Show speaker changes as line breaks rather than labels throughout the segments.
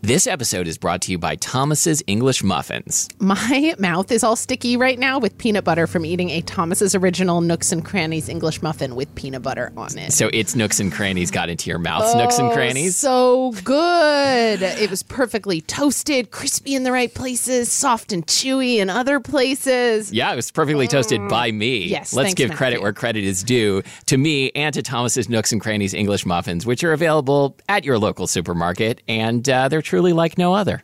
This episode is brought to you by Thomas's English Muffins.
My mouth is all sticky right now with peanut butter from eating a Thomas's original Nooks and Crannies English muffin with peanut butter on it.
So it's Nooks and Crannies got into your mouth. nooks and Crannies.
So good. It was perfectly toasted, crispy in the right places, soft and chewy in other places.
Yeah, it was perfectly toasted by me.
Mm. Yes,
Let's
thanks,
give credit
Matthew.
where credit is due to me and to Thomas's Nooks and Crannies English Muffins, which are available at your local supermarket, and uh, they're truly like no other.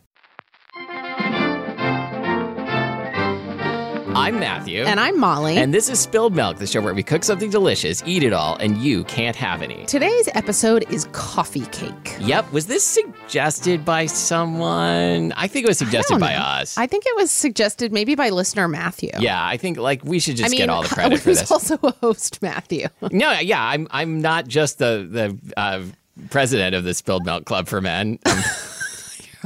I'm Matthew.
And I'm Molly.
And this is Spilled Milk, the show where we cook something delicious, eat it all, and you can't have any.
Today's episode is coffee cake.
Yep, was this suggested by someone? I think it was suggested
don't
by
know.
us.
I think it was suggested maybe by listener Matthew.
yeah, I think like we should just
I mean,
get all the credit for
who's
this.
also a host, Matthew.
No, yeah, I'm I'm not just the the uh, president of the Spilled Milk Club for Men.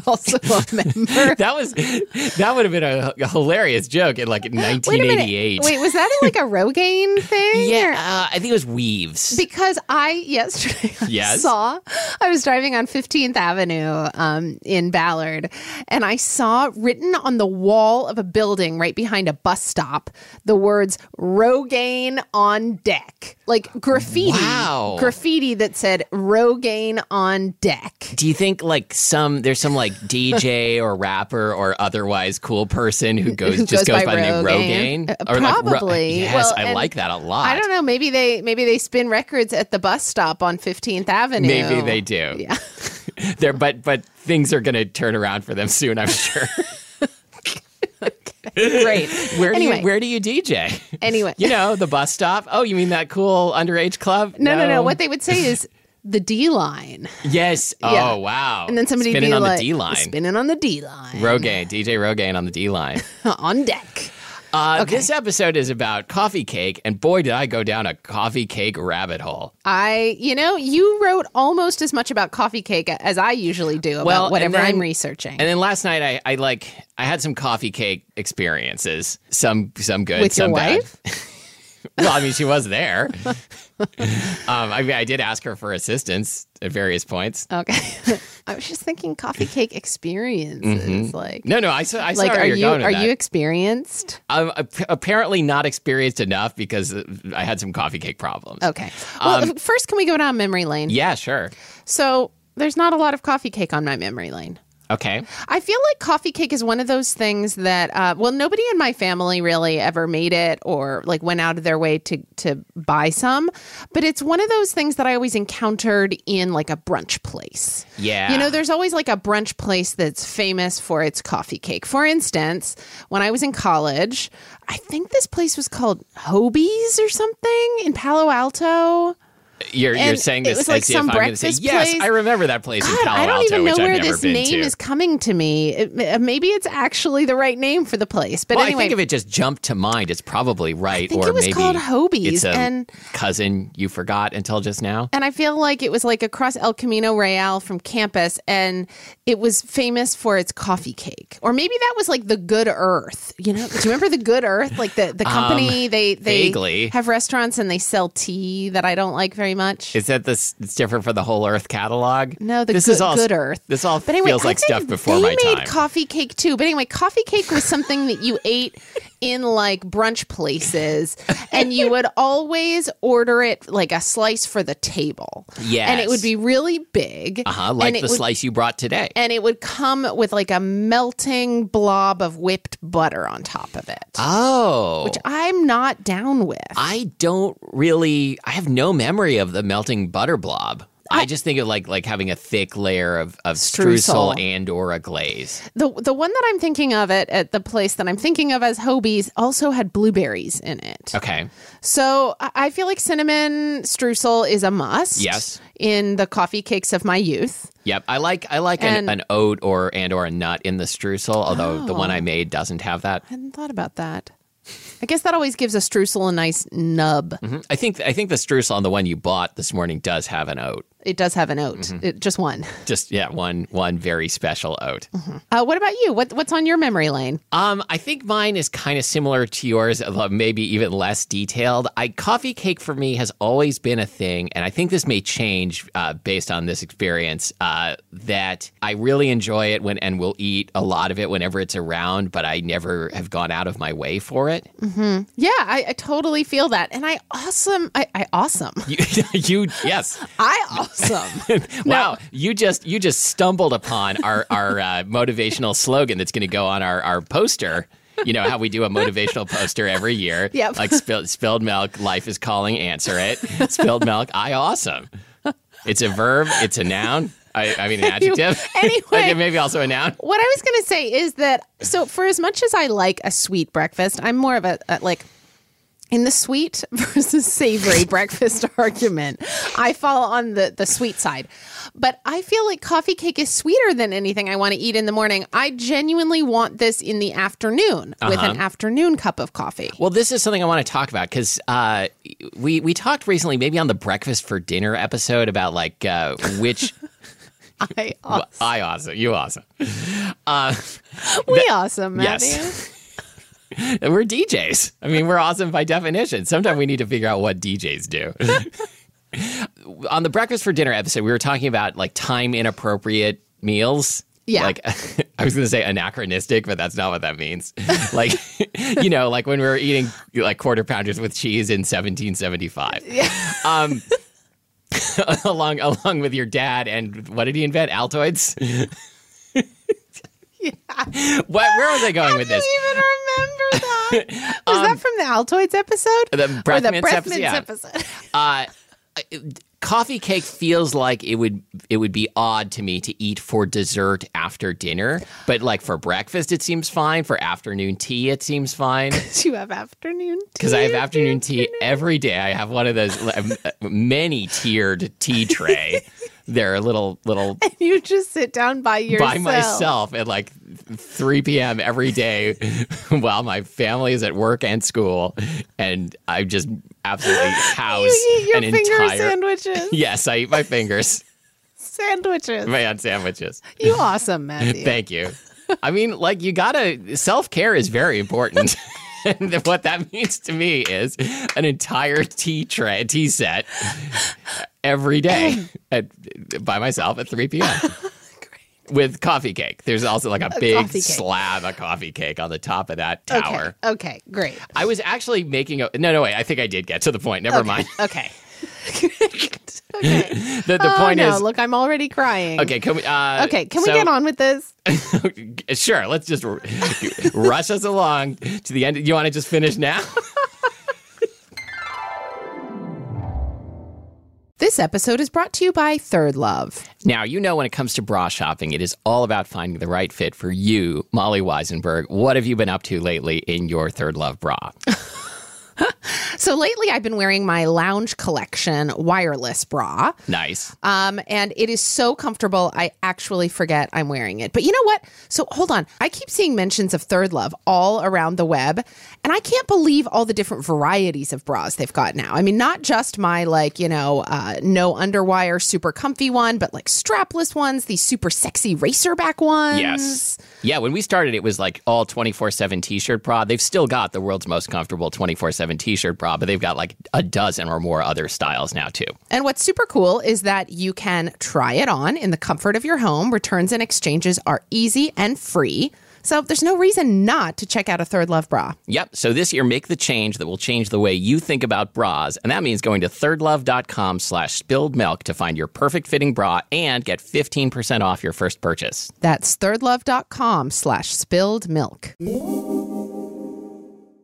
Um,
also a member.
that was that would have been a, h- hilarious joke in like
Wait a minute.
1988.
Wait, was that in like a Rogaine thing?
yeah,
or-
uh, I think it was Weaves.
Because I yesterday
Yes?
saw I was driving on 15th Avenue um, in Ballard, and I saw written on the wall of a building right behind a bus stop the words "Rogaine on deck," like graffiti,
Wow.
graffiti that said "Rogaine on deck."
do you think like some there's some like DJ or rapper or otherwise cool person who goes
Who
just
goes
goes by,
by
the name
Rogaine?
Rogaine?
Uh,
like, Ro-
probably.
yes,
Well,
I
and
like that a lot.
I don't know. Maybe they maybe they spin records at the bus stop on 15th Avenue.
Maybe they do.
Yeah.
They're, but but things are going to turn around for them soon, I'm sure.
Great.
where do
Anyway.
you where do you DJ?
Anyway.
You know, the bus stop. Oh, you mean that cool underage club?
No, no, no. What they would say is the D line.
Yes.
Yeah.
Oh, wow.
And then somebody
spinning
be
on
like,
the D line.
Spinning on the D line.
Rogaine, DJ Rogaine on the D line.
on deck.
Uh, This episode is about coffee cake, and boy, did I go down a coffee cake rabbit hole.
I, you know, you wrote almost as much about coffee cake as I usually do about
Well, and
whatever
then-
I'm researching.
And then last night, I, I like I had some coffee cake experiences. Some some good,
With your
some bad.
wife?
well, I mean, she was there. um, I mean, I did ask her for assistance at various points.
okay. I was just thinking coffee cake experiences.
Mm-hmm.
Like,
No, no, I saw. I saw
like
where
are
you're
you
going with
are
that.
you experienced?
I'm ap- apparently not experienced enough because I had some coffee cake problems.
Okay. Well, first, can we go down memory lane?
Yeah, sure.
So, there's not a lot of coffee cake on my memory lane.
Okay.
I feel like coffee cake is one of those things that, uh, well, nobody in my family really ever made it or like went out of their way to to buy some, but it's one of those things that I always encountered in like a brunch place.
Yeah.
You know, there's always like a brunch place that's famous for its coffee cake. For instance, when I was in college, I think this place was called Hobie's or something in Palo Alto.
You're, you're
And
saying
it
this
was
as
like
if
some
I'm going to say,
breakfast
yes,
place.
I remember that place in
God,
Palo
I
Alto,
don't even know
which
where
I've never
this
been
name
to.
is coming to me. It- uh, maybe it's actually the right name for the place. But
well,
anyway,
I think if it just jumped to mind, it's probably right.
think
or
it was
maybe
called Hobie's,
It's a
and-
cousin you forgot until just now.
And I feel like it was like across El Camino Real from campus, and it was famous for its coffee cake, or maybe that was like the Good Earth. You know, do you remember the Good Earth? Like the the company they they
Um, vaguely.
have restaurants and they sell tea that I don't like very much.
Is that this? It's different for the whole Earth catalog.
no, the
this
good,
is all
good Earth.
This all
But anyway,
feels
I
like
think
stuff before
they
my
made
time.
coffee cake too. But anyway, coffee cake was something that you ate in like brunch places, and you would always order it like a slice for the table. and it
Yes.
would be really big.
uh-huh,
and
like
it
the
would-
slice you brought today.
And it would come with like a melting blob of whipped butter on top of it.
Oh,
I'm not down with.
I don't really. I have no memory of the melting butter blob. I, just think of like like having a thick layer of of streusel,
Streusel.
and or a glaze.
the the one that I'm thinking of it at the place that I'm thinking of as Hobie's also had blueberries in it.
Okay,
So I- I feel like cinnamon streusel is a must.
Yes.
In the coffee cakes of my youth.
yep. I like I like
And-
an, an oat or and or a nut in the streusel. Although the one
Oh.
I made doesn't have that.
I hadn't thought about that. I guess that always gives a streusel a nice nub.
Mhm. I think I think the streusel on the one you bought this morning does have an oat.
It does have an oat. It, just one.
Just yeah, one one very special oat.
Uh, what about you? What what's on your memory lane?
Um, I think mine is kind of similar to yours, although maybe even less detailed. I coffee cake for me has always been a thing, and I think this may change uh, based on this experience. Uh, that I really enjoy it when and will eat a lot of it whenever it's around, but I never have gone out of my way for it.
Yeah, I, I totally feel that, and I awesome. I, I awesome.
You, you yes,
I awesome.
wow, you just you just stumbled upon our our uh, motivational slogan that's going to go on our our poster. You know how we do a motivational poster every year.
Yep.
Like spill, spilled milk, life is calling, answer it. Spilled milk, I awesome. It's a verb. It's a noun. I, I mean an adjective.
Anyway.
Okay, maybe also a noun.
what I was going to say is that so for as much as I like a sweet breakfast, I'm more of a, a like in the sweet versus savory breakfast argument. I fall on the the sweet side. But I feel like coffee cake is sweeter than anything I want to eat in the morning. I genuinely want this in the afternoon with
Uh-huh.
an afternoon cup of coffee.
Well, this is something I want to talk about because uh, we we talked recently, maybe on the breakfast for dinner episode, about like uh, which
I,
I awesome, you awesome.
we awesome, Matthew.
Yes. And we're DJs. I mean, we're awesome by definition. Sometimes we need to figure out what DJs do. On the breakfast for dinner episode, we were talking about like time inappropriate meals.
Yeah.
Like I was going to say anachronistic, but that's not what that means. Like, you know, like when we were eating like quarter pounders with cheese in 1775. Yeah. Um, along along with your dad and what did he invent? Altoids? What where was I going with
I don't even remember
this?
that. Was that from the Altoids episode?
Um, the
or the
Breath Mints
Breath
episode,
Mints
yeah.
episode?
uh, coffee cake feels like it would it would be odd to me to eat for dessert after dinner, but like for breakfast it seems fine. For afternoon tea it seems fine
Do you have afternoon tea?
because I have afternoon tea every day. I have one of those um, many tiered tea tray. There are little little
You just sit down by yourself.
by myself at like 3 p.m. every day while my family is at work and school, and I just absolutely house
You eat your
an
finger
entire
sandwiches.
Yes, I eat my fingers,
Sandwiches.
my on sandwiches.
You awesome, Matthew.
Thank you. I mean, like, you gotta, self care is very important. and what that means to me is an entire tea tray, tea set every day at, by myself at 3 p.m. With coffee cake. There's also like a big
coffee cake.
slab of coffee cake on the top of that
okay.
tower.
Okay, great.
I was actually making a. No, no, wait. I think I did get to the point. Never mind.
Okay. okay.
The, the
oh,
point
no,
is.
look, I'm already crying.
Okay, can we, uh,
Okay, can
so-
we get on with this?
sure let's just r- rush us along to the end you want to just finish now
This episode is brought to you by Third Love.
now you know when it comes to bra shopping it is all about finding the right fit for you molly weisenberg what have you been up to lately in your third love bra
So lately, I've been wearing my Lounge Collection wireless bra.
Nice.
Um, and it is so comfortable, I actually forget I'm wearing it. But you know what? So hold on. I keep seeing mentions of Third Love all around the web, and I can't believe all the different varieties of bras they've got now. I mean, not just my, like, you know, uh, no underwire, super comfy one, but like strapless ones, these super sexy racer back ones.
Yes. Yeah, when we started, it was like all 24 7 t shirt bra. They've still got the world's most comfortable 24 7 t shirt bra, but they've got like a dozen or more other styles now, too.
And what's super cool is that you can try it on in the comfort of your home. Returns and exchanges are easy and free. So there's no reason not to check out a Third Love bra.
Yep. So this year, make the change that will change the way you think about bras, and that means going to thirdlove.com slash spilled milk to find your perfect fitting bra and get 15% off your first purchase.
That's thirdlove.com slash spilled milk.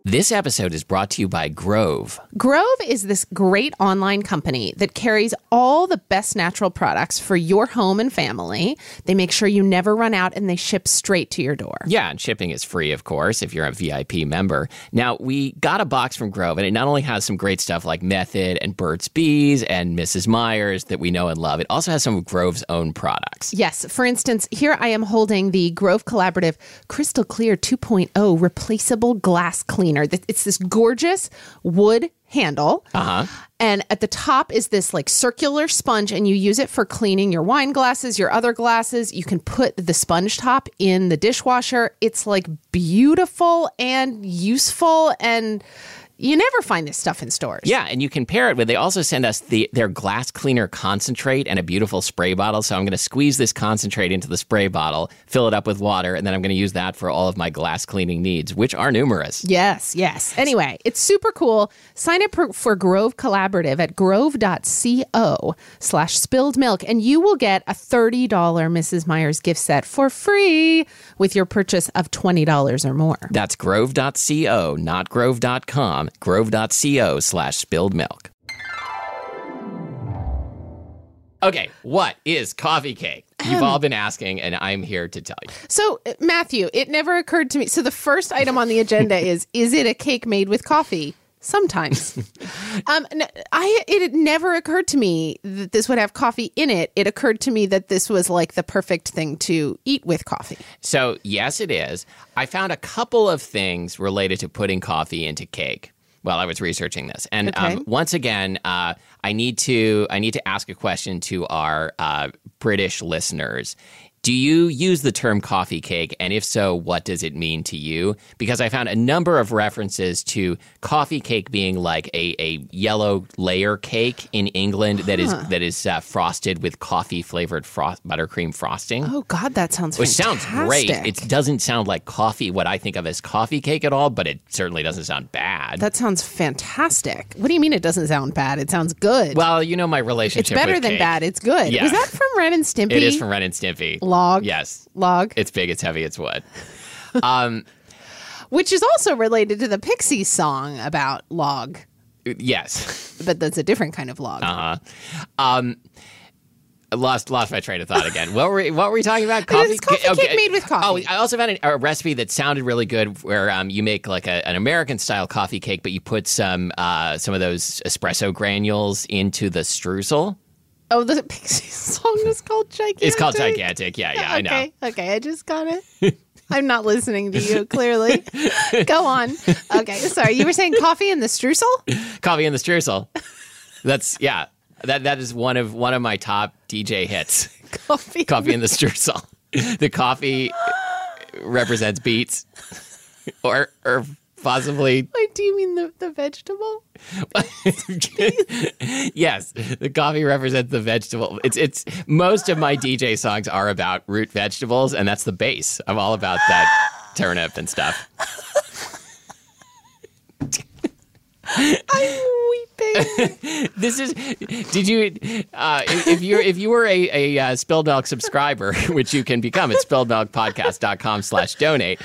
This episode is brought to you by Grove.
Grove is this great online company that carries all the best natural products for your home and family. They make sure you never run out and they ship straight to your door.
Yeah, and shipping is free, of course, if you're a VIP member. Now, we got a box from Grove, and it not only has some great stuff like Method and Burt's Bees and Mrs. Myers that we know and love, it also has some of Grove's own products.
Yes, for instance, here I am holding the Grove Collaborative Crystal Clear 2.0 replaceable glass cleaner. Th- It's this gorgeous wood handle. Uh-huh. And at the top is this like circular sponge and you use it for cleaning your wine glasses, your other glasses. You can put the sponge top in the dishwasher. It's like beautiful and useful and you never find this stuff in stores.
Yeah, and you can pair it with. They also send us the their glass cleaner concentrate and a beautiful spray bottle. So I'm going to squeeze this concentrate into the spray bottle, fill it up with water, and then I'm going to use that for all of my glass cleaning needs, which are numerous.
Yes, yes. Anyway, it's super cool. Sign up for, for Grove Collaborative at grove.co slash spilled milk, and you will get a $30 Mrs. Myers gift set for free with your purchase of $20 or more.
That's grove.co, not grove.com, grove.co slash spilled milk. Okay, what is coffee cake? You've all been asking, and I'm here to tell you.
So, uh, Matthew, it never occurred to me. So, the first item on the agenda is is it a cake made with coffee? Sometimes. um, n- I it had never occurred to me that this would have coffee in it. It occurred to me that this was like the perfect thing to eat with coffee.
So, yes, it is. I found a couple of things related to putting coffee into cake while I was researching this. And
Okay.
um, once again, uh, I need to I need to ask a question to our uh, British listeners. Do you use the term coffee cake? And if so, what does it mean to you? Because I found a number of references to coffee cake being like a, a yellow layer cake in England that is that is uh, frosted with coffee flavored frost buttercream frosting.
Oh God, that sounds
Which
fantastic.
sounds great. It doesn't sound like coffee, what I think of as coffee cake at all, but it certainly doesn't sound bad.
that sounds fantastic. What do you mean it doesn't sound bad? It sounds good.
well, you know my
it's
relationship.
better
with
than
cake.
bad. It's good.
Yeah.
Was that from Ren and Stimpy?
It is from Ren and Stimpy.
Log.
Yes,
Log,
it's big, it's heavy, it's wood.
which is also related to the Pixies song about log,
Yes,
but that's a different kind of log.
Uh-huh. I lost lost my train of thought again. what were we, what were we talking about?
It is coffee cake made with coffee.
Oh, I also found an- a recipe that sounded really good, where um, you make like a, an American style coffee cake, but you put some uh, some of those espresso granules into the streusel.
Oh, the Pixies song is called Gigantic.
It's called gigantic. Yeah, yeah, I know.
Okay, okay, I just got it. I'm not listening to you, clearly. Go on. Okay, sorry. You were saying coffee in the streusel?
Coffee in the Streusel. That's yeah. That that is one of one of my top DJ hits.
Coffee.
Coffee in the Streusel. The coffee represents beets, or or possibly
Wait, do you mean the, the vegetable?
yes. The coffee represents the vegetable. It's it's most of my DJ songs are about root vegetables, and that's the base. I'm all about that turnip and stuff.
I'm weeping.
This is. Did you? Uh, if if you're if you were a, a uh, Spilled Milk subscriber, which you can become at spilledmilkpodcast.com slash donate.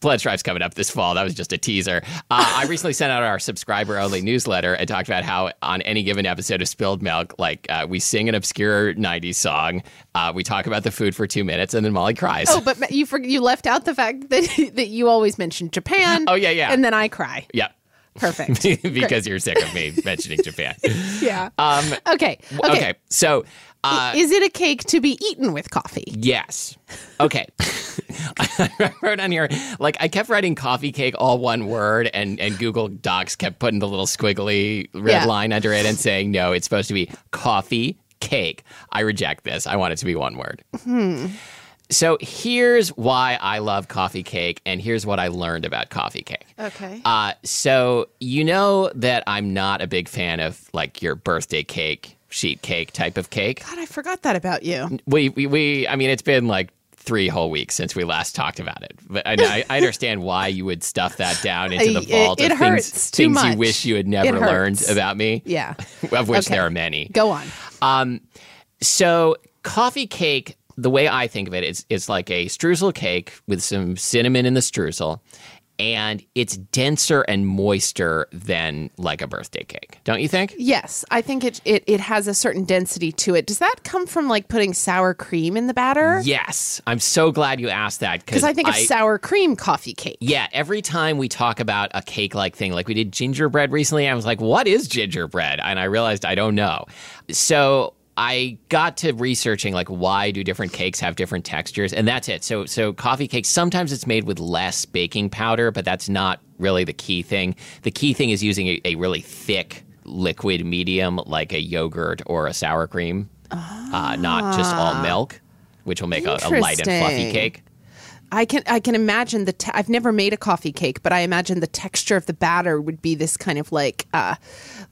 Blood Stripe's coming up this fall. That was just a teaser. Uh, I recently sent out our subscriber only newsletter and talked about how on any given episode of Spilled Milk, like uh, we sing an obscure '90s song, uh, we talk about the food for two minutes, and then Molly cries.
oh, but you for, you left out the fact that that you always mention Japan.
Oh, yeah, yeah.
And then I cry.
Yeah.
Perfect.
because you're sick of me mentioning Japan.
yeah.
Um,
Okay. Okay.
okay. So, uh,
Is it a cake to be eaten with coffee?
yes. Okay. I wrote on here, like, I kept writing coffee cake all one word, and, and Google Docs kept putting the little squiggly red
Yeah.
line under it and saying, no, it's supposed to be coffee cake. I reject this. I want it to be one word. So, here's why I love coffee cake, and here's what I learned about coffee cake.
Okay.
Uh, so you know that I'm not a big fan of like your birthday cake, sheet cake type of cake.
God, I forgot that about you.
We we, we I mean, it's been like three whole weeks since we last talked about it. But I, I- I understand why you would stuff that down into the
I- it-
vault
it
of things,
hurts too
things
much.
you wish you had
It
never learned
hurts.
about me.
Yeah.
Of which
Okay.
there are many.
Go on.
So coffee cake, the way I think of it, it's it's like a streusel cake with some cinnamon in the streusel, and it's denser and moister than like a birthday cake. Don't you think?
Yes, I think it, it it has a certain density to it. Does that come from like putting sour cream in the batter?
Yes, I'm so glad you asked that
Because I think of sour cream coffee cake.
Yeah, every time we talk about a cake like thing, like we did gingerbread recently, I was like, what is gingerbread? And I realized I don't know. So I got to researching like why do different cakes have different textures? And that's it. So so coffee cake, sometimes it's made with less baking powder, but that's not really the key thing. The key thing is using a, a really thick liquid medium like a yogurt or a sour cream. Uh, not just all milk, which will make a, a light and fluffy
Interesting.
cake.
I can I can imagine the te- I've never made a coffee cake, but I imagine the texture of the batter would be this kind of like uh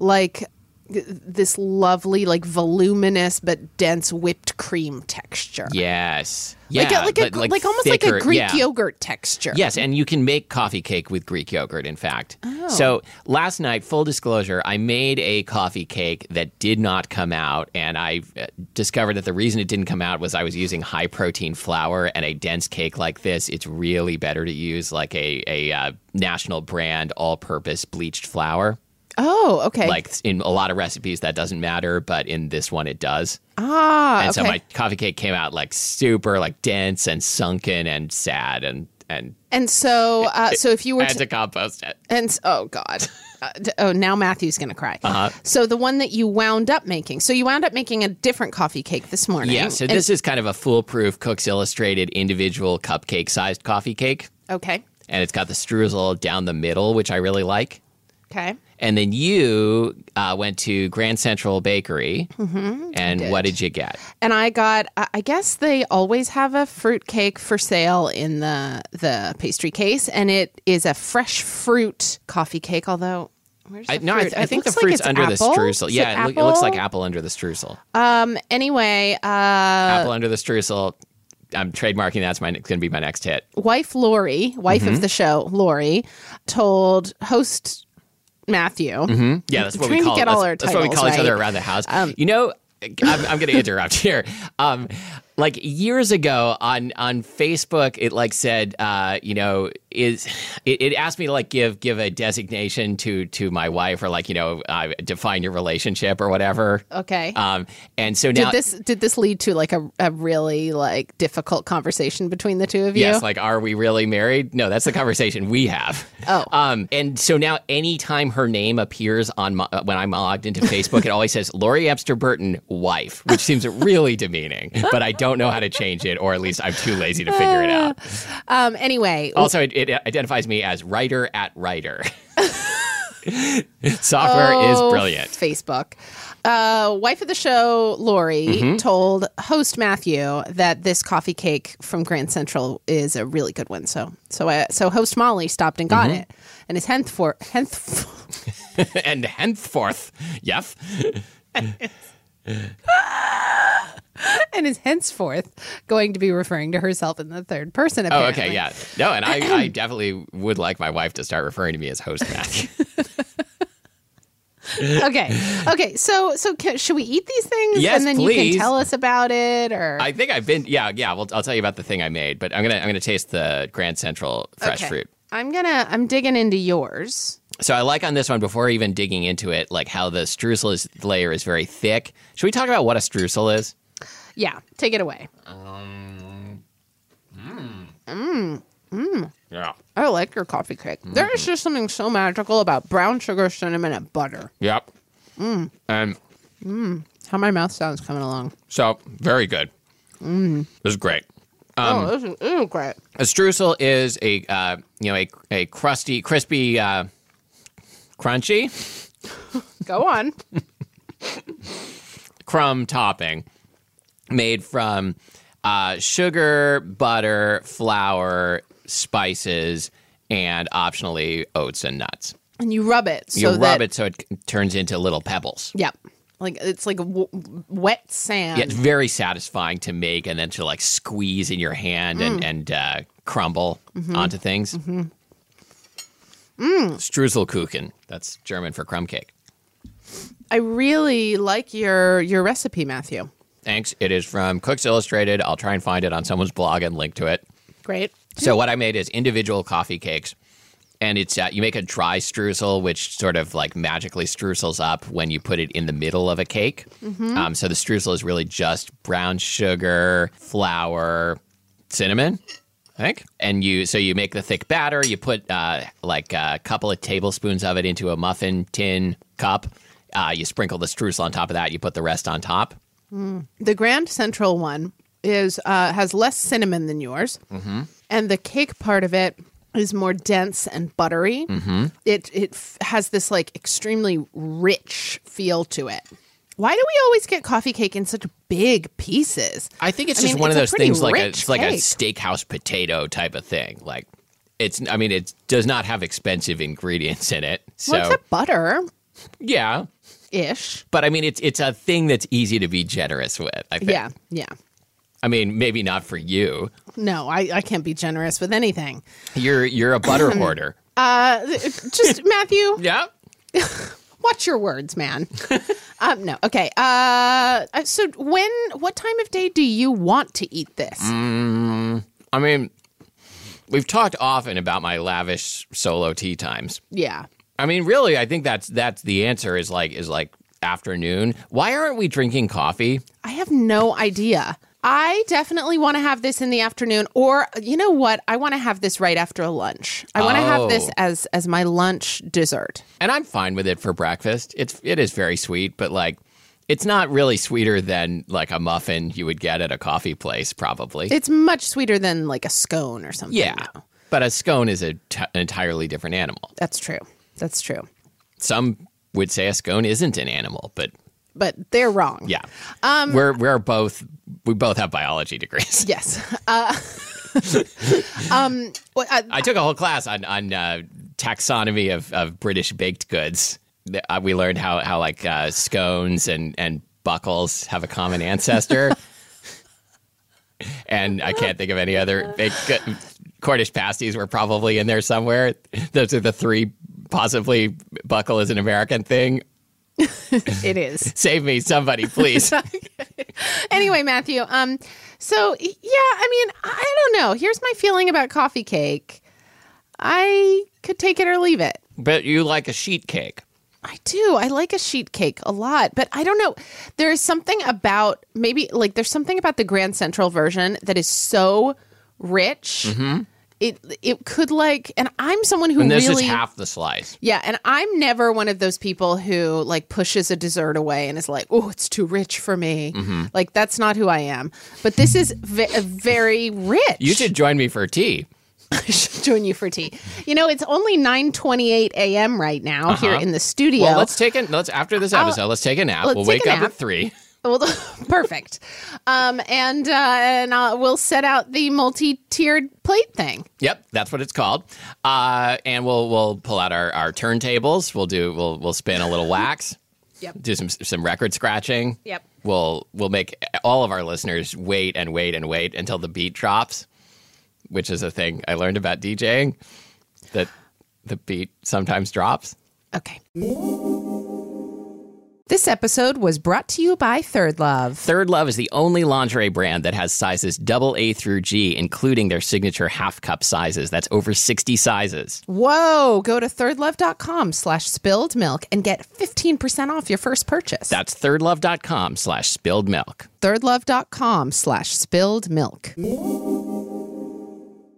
like th- this lovely like voluminous but dense whipped cream texture.
Yes.
Like
yeah,
a, like, a,
but,
like almost like
thicker-
a Greek
yeah.
yogurt texture.
Yes, and you can make coffee cake with Greek yogurt, in fact.
Oh.
So last night, full disclosure, I made a coffee cake that did not come out, and I uh, discovered that the reason it didn't come out was I was using high protein flour, and a dense cake like this, it's really better to use like a, a uh, national brand all purpose bleached flour.
Oh, okay.
Like in a lot of recipes, that doesn't matter, but in this one, it does.
ah,
And
okay.
so my coffee cake came out like super like dense and sunken and sad and and
and so uh, so if you
I
were
had
to
to compost it.
and s- oh god. Uh, d- oh, now Matthew's going to cry.
Uh-huh.
So the one that you wound up making. So you wound up making a different coffee cake this morning.
Yeah, so
And-
this is kind of a foolproof Cooks Illustrated individual cupcake sized coffee cake.
okay.
And it's got the streusel down the middle, which I really like.
Okay.
And then you uh, went to Grand Central Bakery.
Mm-hmm.
and what did you get?
and I got. I I guess they always have a fruit cake for sale in the the pastry case, and it is a fresh fruit coffee cake. Although, where's the
I, no, I,
fruit?
th- I
It
think the
looks like
fruit's
it's
under the
apple.
streusel.
Is
yeah, it, loo- it looks like
apple?
apple under the streusel.
Um. Anyway, uh,
apple under the streusel. I'm trademarking that's my going to be my next hit.
wife Lori, wife
Mm-hmm.
of the show, Lori, told host Matthew.
Yeah, that's what
Trying
we
to
call
get
that's,
all our
that's what we
titles
call each other
right. Um,
around the house. you know, I'm, I'm going to interrupt here. Um, like years ago on on Facebook, it like said, uh, you know, is it, it asked me to like give give a designation to to my wife or like you know uh, define your relationship or whatever.
Okay.
Um, and so now
did this did this lead to like a, a really like difficult conversation between the two of you?
Yes, like are we really married? No, that's the conversation we have.
Oh.
Um and so now anytime her name appears on my, uh, when I'm logged into Facebook it always says Lori Epster Burton wife, which seems really demeaning, but I don't know how to change it or at least I'm too lazy to figure it out.
um. Anyway,
Also it, it identifies me as writer at writer. Software
Oh,
is brilliant.
Facebook. Uh, wife of the show, Lori,
Mm-hmm.
told host Matthew that this coffee cake from Grand Central is a really good one. So, so, I, so host Molly stopped and got
Mm-hmm.
it, and is hence for hence.
and henceforth, yes.
And is henceforth going to be referring to herself in the third person.
Oh,
Apparently.
okay, yeah. No, and I, I definitely would like my wife to start referring to me as host Matthew.
okay, okay. So, so can, should we eat these things?
Yes,
and then you
please.
can tell us about it, or
I think I've been. Yeah, yeah. Well, I'll tell you about the thing I made, but I'm gonna I'm gonna taste the Grand Central fresh
Okay.
fruit.
I'm gonna, I'm digging into yours.
So I like on this one before even digging into it, like how the streusel is, layer is very thick. Should we talk about what a streusel is?
Yeah, take it away.
Yeah.
I like your coffee cake. There
Mm-hmm.
is just something so magical about brown sugar, cinnamon, and butter.
Yep. And
How my mouth sounds coming along.
so, very good. This is great. Um,
oh, this is, this is great.
A streusel is a uh, you know a a crusty, crispy, uh, crunchy
Go on.
crumb topping made from uh, sugar, butter, flour, spices, and optionally oats and nuts.
And you rub it.
You
So
rub
that,
it so it c- turns into little pebbles.
Yep. Like it's like w- wet sand.
Yeah, it's very satisfying to make and then to like squeeze in your hand and, and uh, crumble onto things. Mm-hmm. Struzelkuchen. That's German for crumb cake.
I really like your your recipe, Matthew.
Thanks. It is from Cooks Illustrated. I'll try and find it on someone's blog and link to it.
Great.
So what I made is individual coffee cakes, and it's uh, you make a dry streusel, which sort of like magically streusels up when you put it in the middle of a cake. Um, so the streusel is really just brown sugar, flour, cinnamon. I think, and you so you make the thick batter. You put uh, like a couple of tablespoons of it into a muffin tin cup. Uh, you sprinkle the streusel on top of that. You put the rest on top.
The Grand Central one is uh, has less cinnamon than yours, mm-hmm. and the cake part of it is more dense and buttery. Mm-hmm. It it f- has this like extremely rich feel to it. Why do we always get coffee cake in such big pieces?
I think it's
I
just
mean,
one of
it's a
those
pretty
things like a,
rich
it's like a steakhouse potato type of thing. Like it's I mean it does not have expensive ingredients in it. So
What's a butter
yeah,
ish?
but I mean it's it's a thing that's easy to be generous with. I think.
Yeah, yeah.
I mean maybe not for you.
No, I, I can't be generous with anything.
You're you're a butter hoarder.
Uh, just Matthew,
Yeah.
watch your words, man. um, no, okay. Uh, so when, what time of day do you want to eat this?
Mm. I mean we've talked often about my lavish solo tea times.
Yeah,
I mean really I think that's that's the answer is like is like afternoon. Why aren't we drinking coffee?
I have no idea. I definitely want to have this in the afternoon, or you know what? I want to have this right after lunch. I want to have this
Oh.
as as my lunch dessert.
and I'm fine with it for breakfast. It's it is very sweet, but like it's not really sweeter than like a muffin you would get at a coffee place, probably.
It's much sweeter than like a scone or something.
yeah, but a scone is a t- an entirely different animal.
that's true. That's true.
Some would say a scone isn't an animal, but
But they're wrong.
yeah, um, we're we're both we both have biology degrees.
Yes. Uh, um. well, uh,
I took a whole class on on uh, taxonomy of, of British baked goods. Th- uh, We learned how how like uh, scones and and buckles have a common ancestor, and I can't think of any other baked good. Cornish pasties were probably in there somewhere. Those are the three. Possibly, buckle is an American thing.
it is.
Save me, somebody, please.
Anyway, Matthew. Um. So yeah, I mean, I don't know. Here's my feeling about coffee cake. I could take it or leave it.
but you like a sheet cake.
I do. I like a sheet cake a lot, but I don't know. There is something about maybe like there's something about the Grand Central version that is so rich. It it could like, and I'm someone who
Mm-hmm. And this
really
is half the slice.
yeah, and I'm never one of those people who like pushes a dessert away and is like, "Oh, it's too rich for me."
Mm-hmm.
Like that's not who I am. But this is ve- very rich.
You should join me for tea.
I should join you for tea. You know, it's only 9:28 a.m. right now here in the studio.
Uh-huh. Well, let's take it. Let's after this episode, let's take a nap.
let's
We'll
take
wake
a
up
nap.
at three.
Well, perfect. Um, and uh, and uh, we'll set out the multi-tiered plate thing.
Yep, that's what it's called. Uh, and we'll we'll pull out our, our turntables. We'll do we'll we'll spin a little wax.
Yep.
Do some some record scratching.
Yep.
We'll we'll make all of our listeners wait and wait and wait until the beat drops, which is a thing I learned about DJing that the beat sometimes drops.
Okay. This episode was brought to you by Third Love.
Third Love is the only lingerie brand that has sizes double A through G, including their signature half cup sizes. That's over 60 sizes.
Whoa! Go to thirdlove.com slash spilled milk and get 15% off your first purchase.
That's thirdlove.com slash spilled milk.
thirdlove.com slash spilled milk.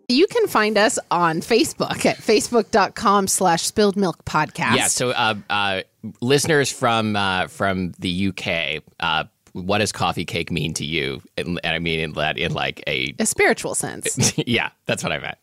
You can find us on Facebook at facebook.com slash spilled milk podcast.
Yeah. So, uh, uh, listeners from uh, from the UK, uh, what does coffee cake mean to you? And, and I mean in that in like a
a spiritual sense.
yeah, that's what I meant.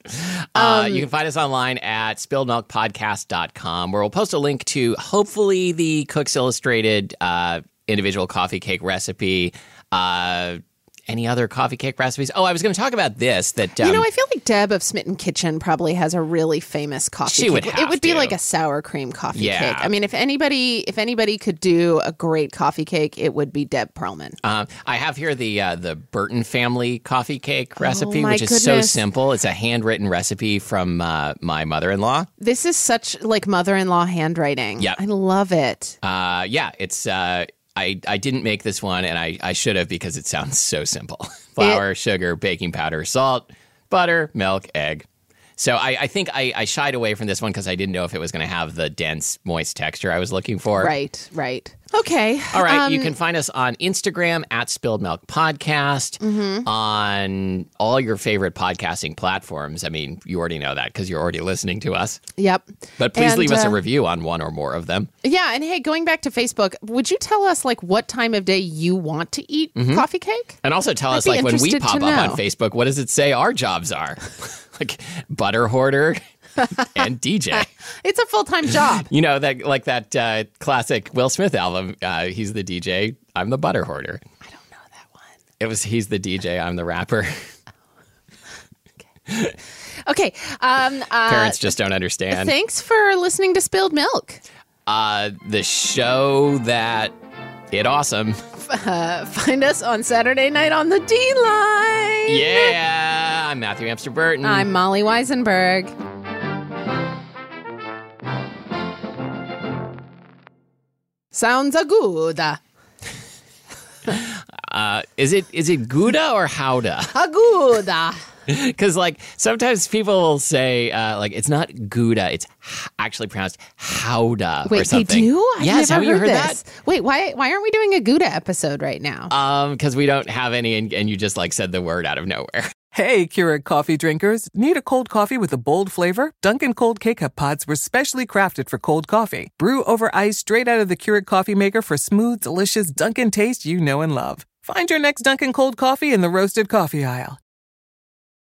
Uh,
Um,
you can find us online at spilledmilkpodcast.com, where we'll post a link to hopefully the Cook's Illustrated uh, individual coffee cake recipe. Uh, any other coffee cake recipes? Oh, I was going to talk about this. That um,
you know, I feel like Deb of Smitten Kitchen probably has a really famous coffee
She
cake.
would
it
have
would be
to.
like a sour cream coffee
Yeah.
cake. I mean, if anybody if anybody could do a great coffee cake, it would be Deb Perlman.
Um, I have here the uh, the Burton family coffee cake recipe,
Oh, my
which is so
goodness.
simple. It's a handwritten recipe from uh, my mother in law.
This is such like mother-in-law handwriting.
Yep.
I love it.
Uh, yeah, it's uh, I I didn't make this one, and I I should have because it sounds so simple: flour, sugar, baking powder, salt, butter, milk, egg. So I, I think I, I shied away from this one because I didn't know if it was going to have the dense, moist texture I was looking for.
Right, right. Okay.
Uh-huh. All right,
Um,
you can find us on Instagram at Spilled Milk Podcast
Mm-hmm.
on all your favorite podcasting platforms. I mean, you already know that because you're already listening to us.
Yep.
But please
And,
leave us a
uh,
review on one or more of them.
Yeah, and hey, going back to Facebook, would you tell us like what time of day you want to eat
Mm-hmm.
coffee cake?
And also tell us,
be
like, when we
interested to
pop up on
know.
Facebook, what does it say our jobs are? like, butter hoarder and DJ.
It's a full-time job.
You know, that like that uh, classic Will Smith album, uh, He's the DJ, I'm the butter hoarder.
I don't know that one.
It was He's the DJ, I'm the rapper.
Okay. Um, uh,
Parents just don't understand.
thanks for listening to Spilled Milk.
uh, the show that it awesome.
Uh, find us on Saturday night on the D line.
Yeah, I'm Matthew Amster Burton.
I'm Molly Weisenberg. Sounds a good. A
uh, is it is it Gouda or Howda?
good.
Because like sometimes people will say uh, like it's not Gouda, it's h- actually pronounced Howda or
Wait, they
something.
do? I've
yes,
never
have you heard
this. Wait, why why aren't we doing a Gouda episode right now?
that? Because Um, we don't have any, and, and you just like said the word out of nowhere.
Hey, Keurig coffee drinkers. Need a cold coffee with a bold flavor? Dunkin' Cold K-Cup pods were specially crafted for cold coffee. Brew over ice straight out of the Keurig coffee maker for smooth, delicious Dunkin' taste you know and love. Find your next Dunkin' Cold coffee in the roasted coffee aisle.